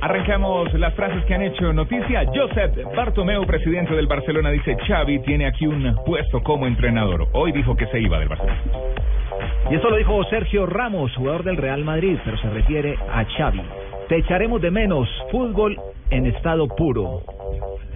Arrancamos las frases que han hecho noticia. Josep Bartomeu, presidente del Barcelona, dice, Xavi tiene aquí un puesto como entrenador. Hoy dijo que se iba del Barcelona. Y eso lo dijo Sergio Ramos, jugador del Real Madrid, pero se refiere a Xavi. Te echaremos de menos fútbol en estado puro.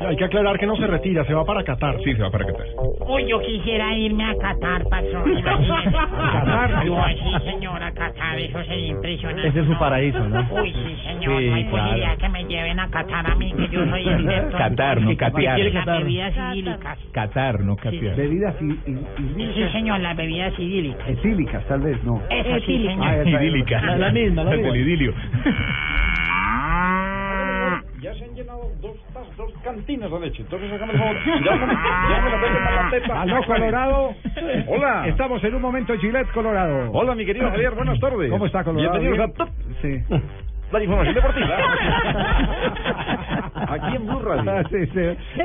Hay que aclarar que no se retira, se va para Qatar. Sí, se va para Qatar. Uy, yo quisiera irme a Qatar, patrón. Qatar. Yo, sí, señor, a Qatar, eso sería impresionante. Ese es su ¿no? paraíso, ¿no? Uy, sí, señor, Sí, no hay posibilidad claro. que me lleven a Qatar a mí, que yo soy experto. Qatar, no Qatar. Qatar. Las bebidas idílicas. Qatar, no Qatar. Bebidas Sí, señor, las bebidas idílicas. etílicas, tal vez, no. Eso sí, Ah, señor. Idílica. La- la misma, la Del misma. idilio. Ya se han llenado dos, tazas, dos cantinas de leche. Entonces, hágame el favor. Ya me, ya me la dejen para la teta. Aló, Ah, Colorado. Hola. Estamos en un momento Gillette, Colorado. Hola, mi querido Javier. Buenas tardes. ¿Cómo está, Colorado? Bienvenidos a ¿Bien? Top, Sí. la información deportiva. Aquí en Blue Ah, Radio. sí, sí.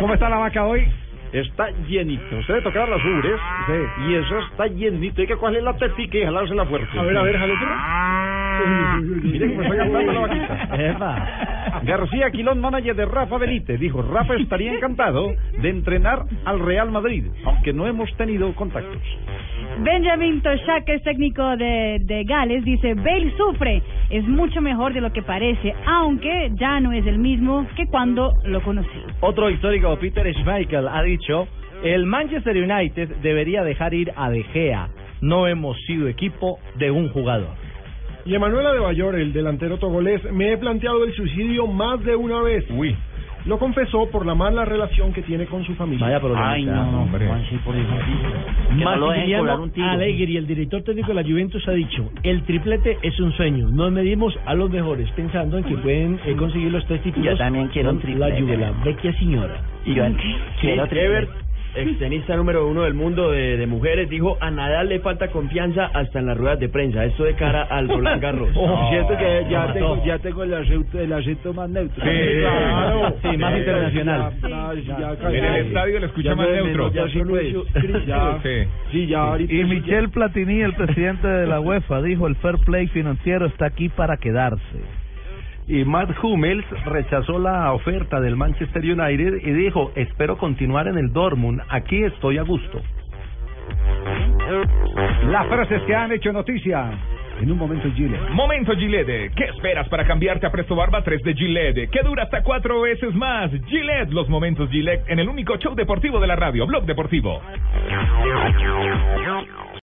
¿Cómo está la vaca hoy? Está llenito. Usted le tocaron las ubres. Sí. Y eso está llenito. Hay que cogerle la tetica y jalársela fuerte. jalo. Ah. Mire cómo está cantando la vaquita. García Quilón, manager de Rafa Benítez, dijo, Rafa estaría encantado de entrenar al Real Madrid, aunque no hemos tenido contactos. Benjamin Tosha, que es técnico de, de Gales, dice, Bale sufre, es mucho mejor de lo que parece, aunque ya no es el mismo que cuando lo conocí. Otro histórico, Peter Schmeichel, ha dicho, el Manchester United debería dejar ir a De Gea. No hemos sido equipo de un jugador. Y Emanuela de Bayor, el delantero togolés, me he planteado el suicidio más de una vez. Uy. Lo confesó por la mala relación que tiene con su familia. Vaya problema. Ay, no, no, hombre. Juan, sí, por eso. Que no lo dejen Maximiliano cobrar un tiro. Allegri, el director técnico de la Juventus, ha dicho: el triplete es un sueño. Nos medimos a los mejores, pensando en que pueden eh, conseguir los tres títulos. Yo también quiero con un triplete. La Juve, la vecchia señora. Y yo quiero triplete. extenista número uno del mundo de, mujeres, dijo: a Nadal le falta confianza hasta en las ruedas de prensa. Esto de cara al Roland Garros. Siento que ya No. tengo, ya tengo el acento, el acento más neutro. Sí, claro. Sí, más internacional. Ya, ya, ya, En el estadio le escucha más neutro. Ya, solo eso. ya, Sí. sí, ya, ahorita Y sí, Michel Platini, el presidente de la UEFA, dijo el fair play financiero está aquí para quedarse. Y Matt Hummels rechazó la oferta del Manchester United y dijo, espero continuar en el Dortmund, aquí estoy a gusto. Las frases que han hecho noticia. En un momento, Chile. Momento Gillette. ¿Qué esperas para cambiarte a Presto Barba 3 de Gillette? Que dura hasta cuatro veces más. Gillette, los momentos Gillette en el único show deportivo de la radio, Blog Deportivo.